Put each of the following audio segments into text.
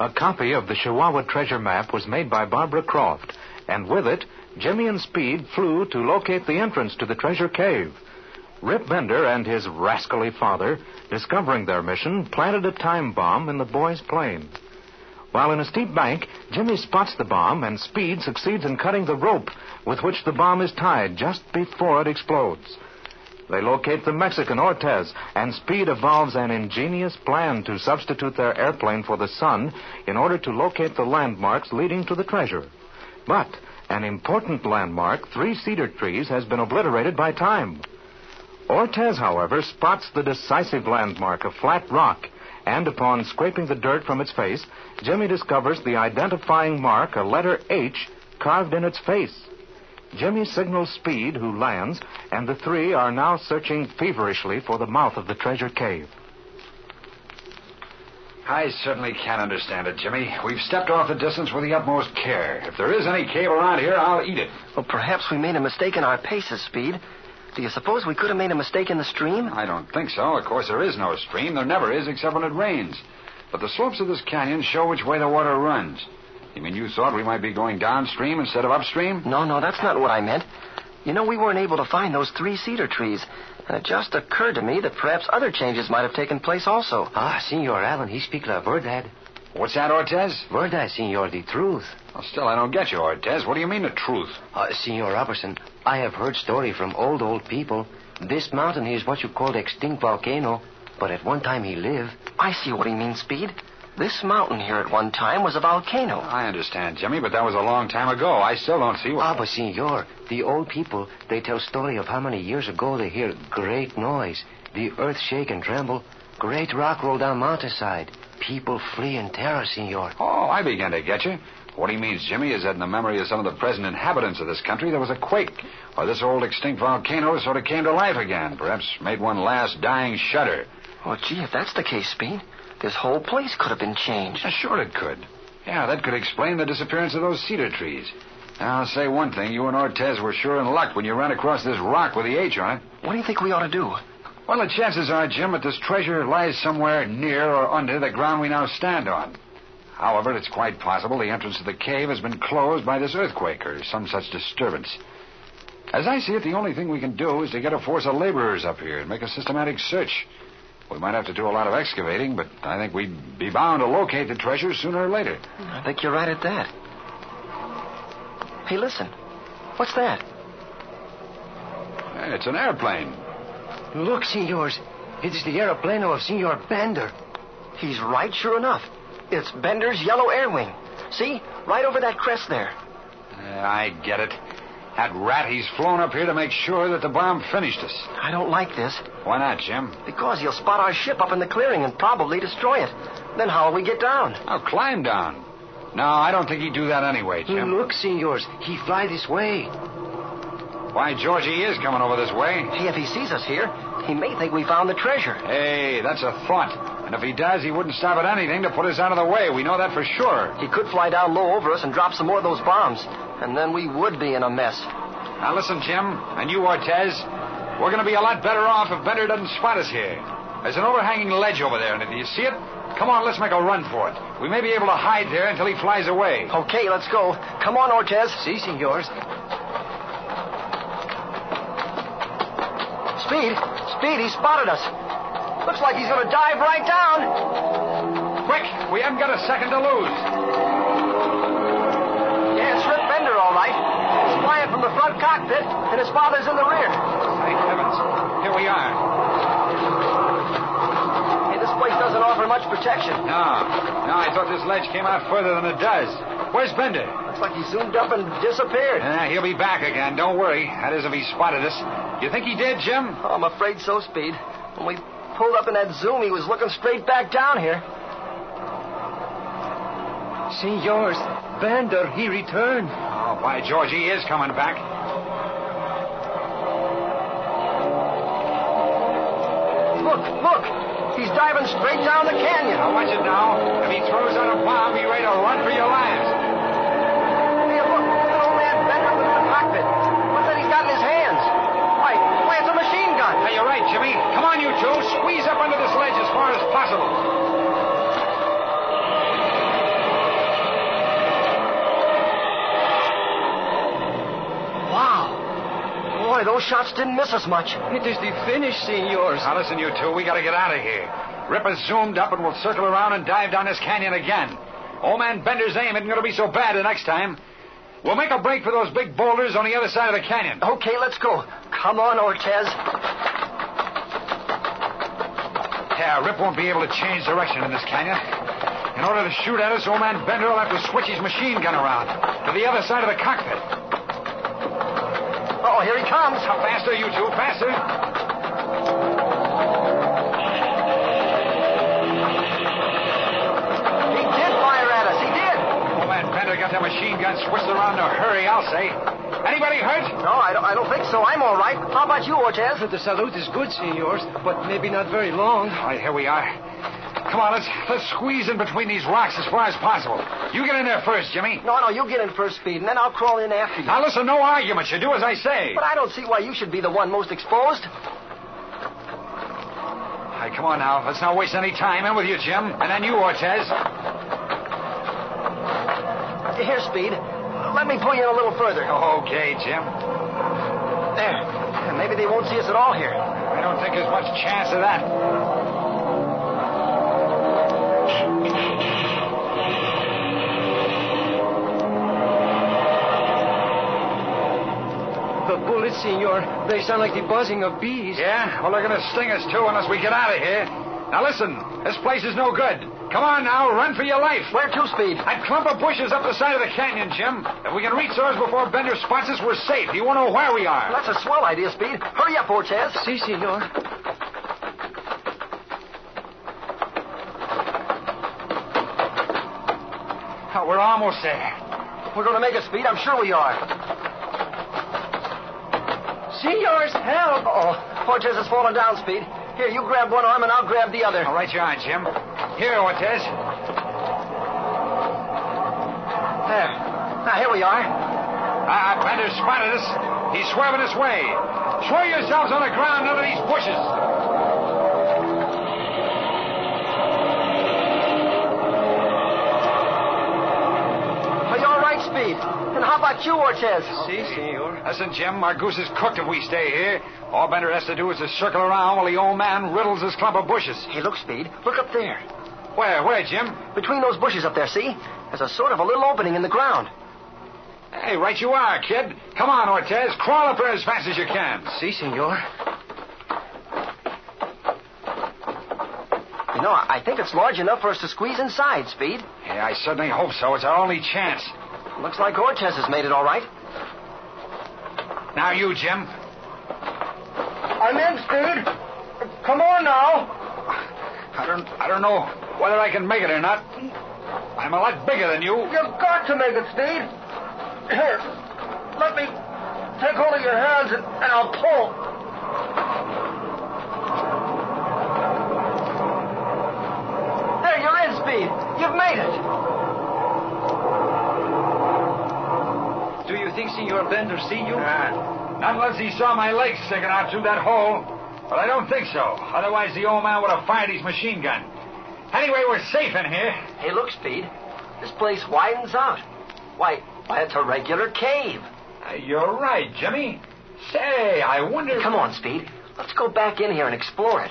A copy of the Chihuahua treasure map was made by Barbara Croft, and with it, Jimmy and Speed flew to locate the entrance to the treasure cave. Rip Bender and his rascally father, discovering their mission, planted a time bomb in the boys' plane. While in a steep bank, Jimmy spots the bomb, and Speed succeeds in cutting the rope with which the bomb is tied just before it explodes. They locate the Mexican Ortez, and Speed evolves an ingenious plan to substitute their airplane for the sun in order to locate the landmarks leading to the treasure. But an important landmark, three cedar trees, has been obliterated by time. Ortez, however, spots the decisive landmark, a flat rock, and upon scraping the dirt from its face, Jimmy discovers the identifying mark, a letter H, carved in its face. Jimmy signals Speed, who lands, and the three are now searching feverishly for the mouth of the treasure cave. I certainly can't understand it, Jimmy. We've stepped off the distance with the utmost care. If there is any cave around here, I'll eat it. Well, perhaps we made a mistake in our paces, Speed. Do you suppose we could have made a mistake in the stream? I don't think so. Of course, there is no stream. There never is, except when it rains. But the slopes of this canyon show which way the water runs. You mean you thought we might be going downstream instead of upstream? No, no, that's not what I meant. You know, we weren't able to find those three cedar trees. And it just occurred to me that perhaps other changes might have taken place also. Ah, Senor Allen, he speak la verdad. What's that, Ortez? Verdad, senor, the truth. Well, still, I don't get you, Ortez. What do you mean, the truth? Uh, senor Robertson, I have heard story from old, old people. This mountain here is what you call the extinct volcano, but at one time he lived. I see what he means, Speed. This mountain here at one time was a volcano. I understand, Jimmy, but that was a long time ago. I still don't see what... Ah, but senor, the old people, they tell story of how many years ago they hear great noise. The earth shake and tremble. Great rock roll down mountainside. People flee in terror, senor. Oh, I begin to get you. What he means, Jimmy, is that in the memory of some of the present inhabitants of this country, there was a quake, or this old extinct volcano sort of came to life again, perhaps made one last dying shudder. Oh, gee, if that's the case, Speed, this whole place could have been changed. Yeah, sure it could. Yeah, that could explain the disappearance of those cedar trees. Now, I'll say one thing. You and Ortez were sure in luck when you ran across this rock with the H on it. What do you think we ought to do? Well, the chances are, Jim, that this treasure lies somewhere near or under the ground we now stand on. However, it's quite possible the entrance to the cave has been closed by this earthquake or some such disturbance. As I see it, the only thing we can do is to get a force of laborers up here and make a systematic search. We might have to do a lot of excavating, but I think we'd be bound to locate the treasure sooner or later. I think you're right at that. Hey, listen. What's that? It's an airplane. Look, senors. It is the aeroplano of Senor Bender. He's right, sure enough. It's Bender's yellow air wing. See? Right over that crest there. Uh, I get it. That rat, he's flown up here to make sure that the bomb finished us. I don't like this. Why not, Jim? Because he'll spot our ship up in the clearing and probably destroy it. Then how'll we get down? I'll climb down. No, I don't think he'd do that anyway, Jim. Look, senors. He fly this way. Why, George, he is coming over this way. Hey, if he sees us here, he may think we found the treasure. Hey, that's a thought. And if he does, he wouldn't stop at anything to put us out of the way. We know that for sure. He could fly down low over us and drop some more of those bombs. And then we would be in a mess. Now listen, Jim, and you, Ortez. We're going to be a lot better off if Bender doesn't spot us here. There's an overhanging ledge over there, and do you see it? Come on, let's make a run for it. We may be able to hide there until he flies away. Okay, let's go. Come on, Ortez. Si, senors. Speed, speed, he spotted us. Looks like he's going to dive right down. Quick, we haven't got a second to lose. Yeah, it's Rip Bender, all right. He's flying from the front cockpit, and his father's in the rear. Thank heavens. Here we are. Hey, this place doesn't offer much protection. No, no, I thought this ledge came out further than it does. Where's Bender? Looks like he zoomed up and disappeared. Uh, he'll be back again. Don't worry. That is, if he spotted us. You think he did, Jim? Oh, I'm afraid so, Speed. When we pulled up in that zoom, he was looking straight back down here. Senors, Bender, he returned. Oh, why, George, he is coming back. Look, look! He's diving straight down the canyon. Now, watch it now. If he throws out a bomb, be ready to run for your lives. Hey, Oh, look, look at old man Bender with the cockpit. What's that he's got in his hands? Why, why, it's a machine gun. Hey, you're right, Jimmy. Come on, you two. Squeeze up under this ledge as far as possible. Boy, those shots didn't miss us much. It is the finish, senors. Now listen, you two, we gotta get out of here. Ripper's zoomed up and we'll circle around and dive down this canyon again. Old man Bender's aim isn't gonna be so bad the next time. We'll make a break for those big boulders on the other side of the canyon. Okay, let's go. Come on, Ortez. Yeah, Rip won't be able to change direction in this canyon. In order to shoot at us, old man Bender will have to switch his machine gun around to the other side of the cockpit. Oh, here he comes. Now, faster, you two, faster. He did fire at us. He did. Old man Bender got that machine gun switched around in a hurry, I'll say. Anybody hurt? No, I don't, I don't think so. I'm all right. How about you, Ortez? The salute is good, senors, but maybe not very long. All right, here we are. Come on, let's let's squeeze in between these rocks as far as possible. You get in there first, Jimmy. No, no, you get in first, Speed, and then I'll crawl in after you. Now listen, no arguments. You do as I say. But I don't see why you should be the one most exposed. All right, come on now. Let's not waste any time. In with you, Jim. And then you, Ortez. Here, Speed. Let me pull you in a little further. Oh, Okay, Jim. There. Maybe they won't see us at all here. I don't think there's much chance of that. The bullets, senor, they sound like the buzzing of bees. Yeah? Well, they're going to sting us, too, unless we get out of here. Now, listen. This place is no good. Come on now. Run for your life. Where to, Speed? That clump of bushes up the side of the canyon, Jim. If we can reach those before Bender spots us, we're safe. He won't know where we are. That's a swell idea, Speed. Hurry up, Ortez. Si, senor. Oh, we're almost there. We're going to make it, Speed. I'm sure we are. Senors, help! Uh-oh. Ortez has fallen down, Speed. Here, you grab one arm and I'll grab the other. All right, you are, Jim. Here, Ortez. There. Now, here we are. Ah, Bender spotted us. He's swerving his way. Throw yourselves on the ground under these bushes. Are you all right, Speed? And how about you, Ortez? Si, senor. Listen, Jim, our goose is cooked if we stay here. All Bender has to do is to circle around while the old man riddles this clump of bushes. Hey, look, Speed. Look up there. Where, where, Jim? Between those bushes up there, see? There's a sort of a little opening in the ground. Hey, right you are, kid. Come on, Ortez. Crawl up there as fast as you can. Si, senor. You know, I I think it's large enough for us to squeeze inside, Speed. Yeah, I certainly hope so. It's our only chance. Looks like Ortez has made it all right. Now you, Jim. I'm in, Speed. Come on now. I don't, I don't know whether I can make it or not. I'm a lot bigger than you. You've got to make it, Speed. Here, let me take hold of your hands and, and I'll pull. There, you're in, Speed. You've made it. Do you think Senor Bender see you? Ah, not unless he saw my legs sticking out through that hole. But I don't think so. Otherwise, the old man would have fired his machine gun. Anyway, we're safe in here. Hey, look, Speed. This place widens out. Why, why, it's a regular cave. Uh, You're right, Jimmy. Say, I wonder. Come on, Speed. Let's go back in here and explore it.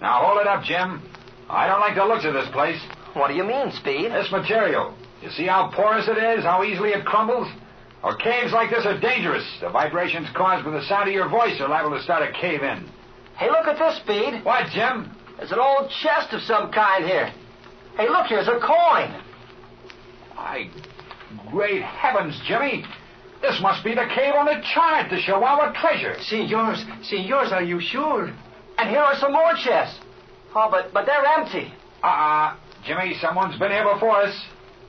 Now hold it up, Jim. I don't like the looks of this place. What do you mean, Speed? This material. You see how porous it is, how easily it crumbles? Or caves like this are dangerous. The vibrations caused by the sound of your voice are liable to start a cave in. Hey, look at this, Speed. What, Jim? There's an old chest of some kind here. Hey, look, here's a coin. My great heavens, Jimmy. This must be the cave on the chart, the Chihuahua treasure. Senors, senors, are you sure? And here are some more chests. Oh, but, but they're empty. Uh-uh. Jimmy, someone's been here before us.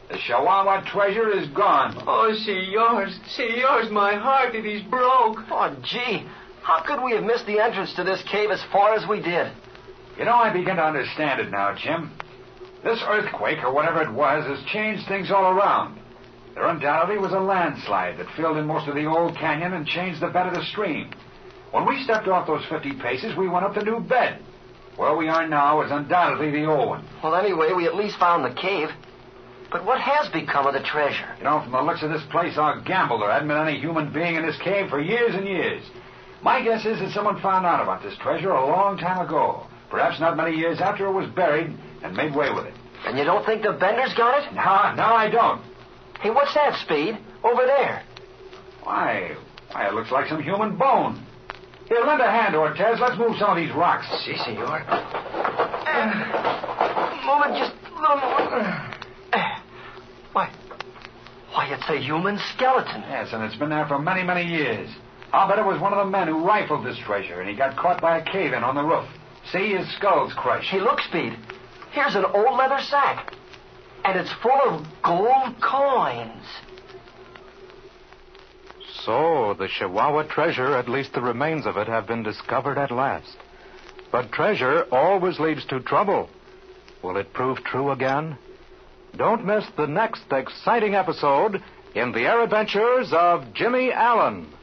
The Chihuahua treasure is gone. Oh, senors, senors, my heart, it is broke. Oh, gee. How could we have missed the entrance to this cave as far as we did? You know, I begin to understand it now, Jim. This earthquake, or whatever it was, has changed things all around. There undoubtedly was a landslide that filled in most of the old canyon and changed the bed of the stream. When we stepped off those 50 paces, we went up the new bed. Where we are now is undoubtedly the old one. Well, anyway, we at least found the cave. But what has become of the treasure? You know, from the looks of this place, I'll gamble there hadn't been any human being in this cave for years and years. My guess is that someone found out about this treasure a long time ago. Perhaps not many years after it was buried and made way with it. And you don't think the Benders got it? No, no, I don't. Hey, what's that, Speed? Over there. Why, why, it looks like some human bone. Here, lend a hand, Ortez. Let's move some of these rocks. Si, senor. Move it just a little more. Why? Why, it's a human skeleton. Yes, and it's been there for many, many years. I'll bet it was one of the men who rifled this treasure, and he got caught by a cave-in on the roof. See, his skull's crushed. Hey, look, Speed. Here's an old leather sack. And it's full of gold coins. So, the Chihuahua treasure, at least the remains of it, have been discovered at last. But treasure always leads to trouble. Will it prove true again? Don't miss the next exciting episode in the Air Adventures of Jimmy Allen.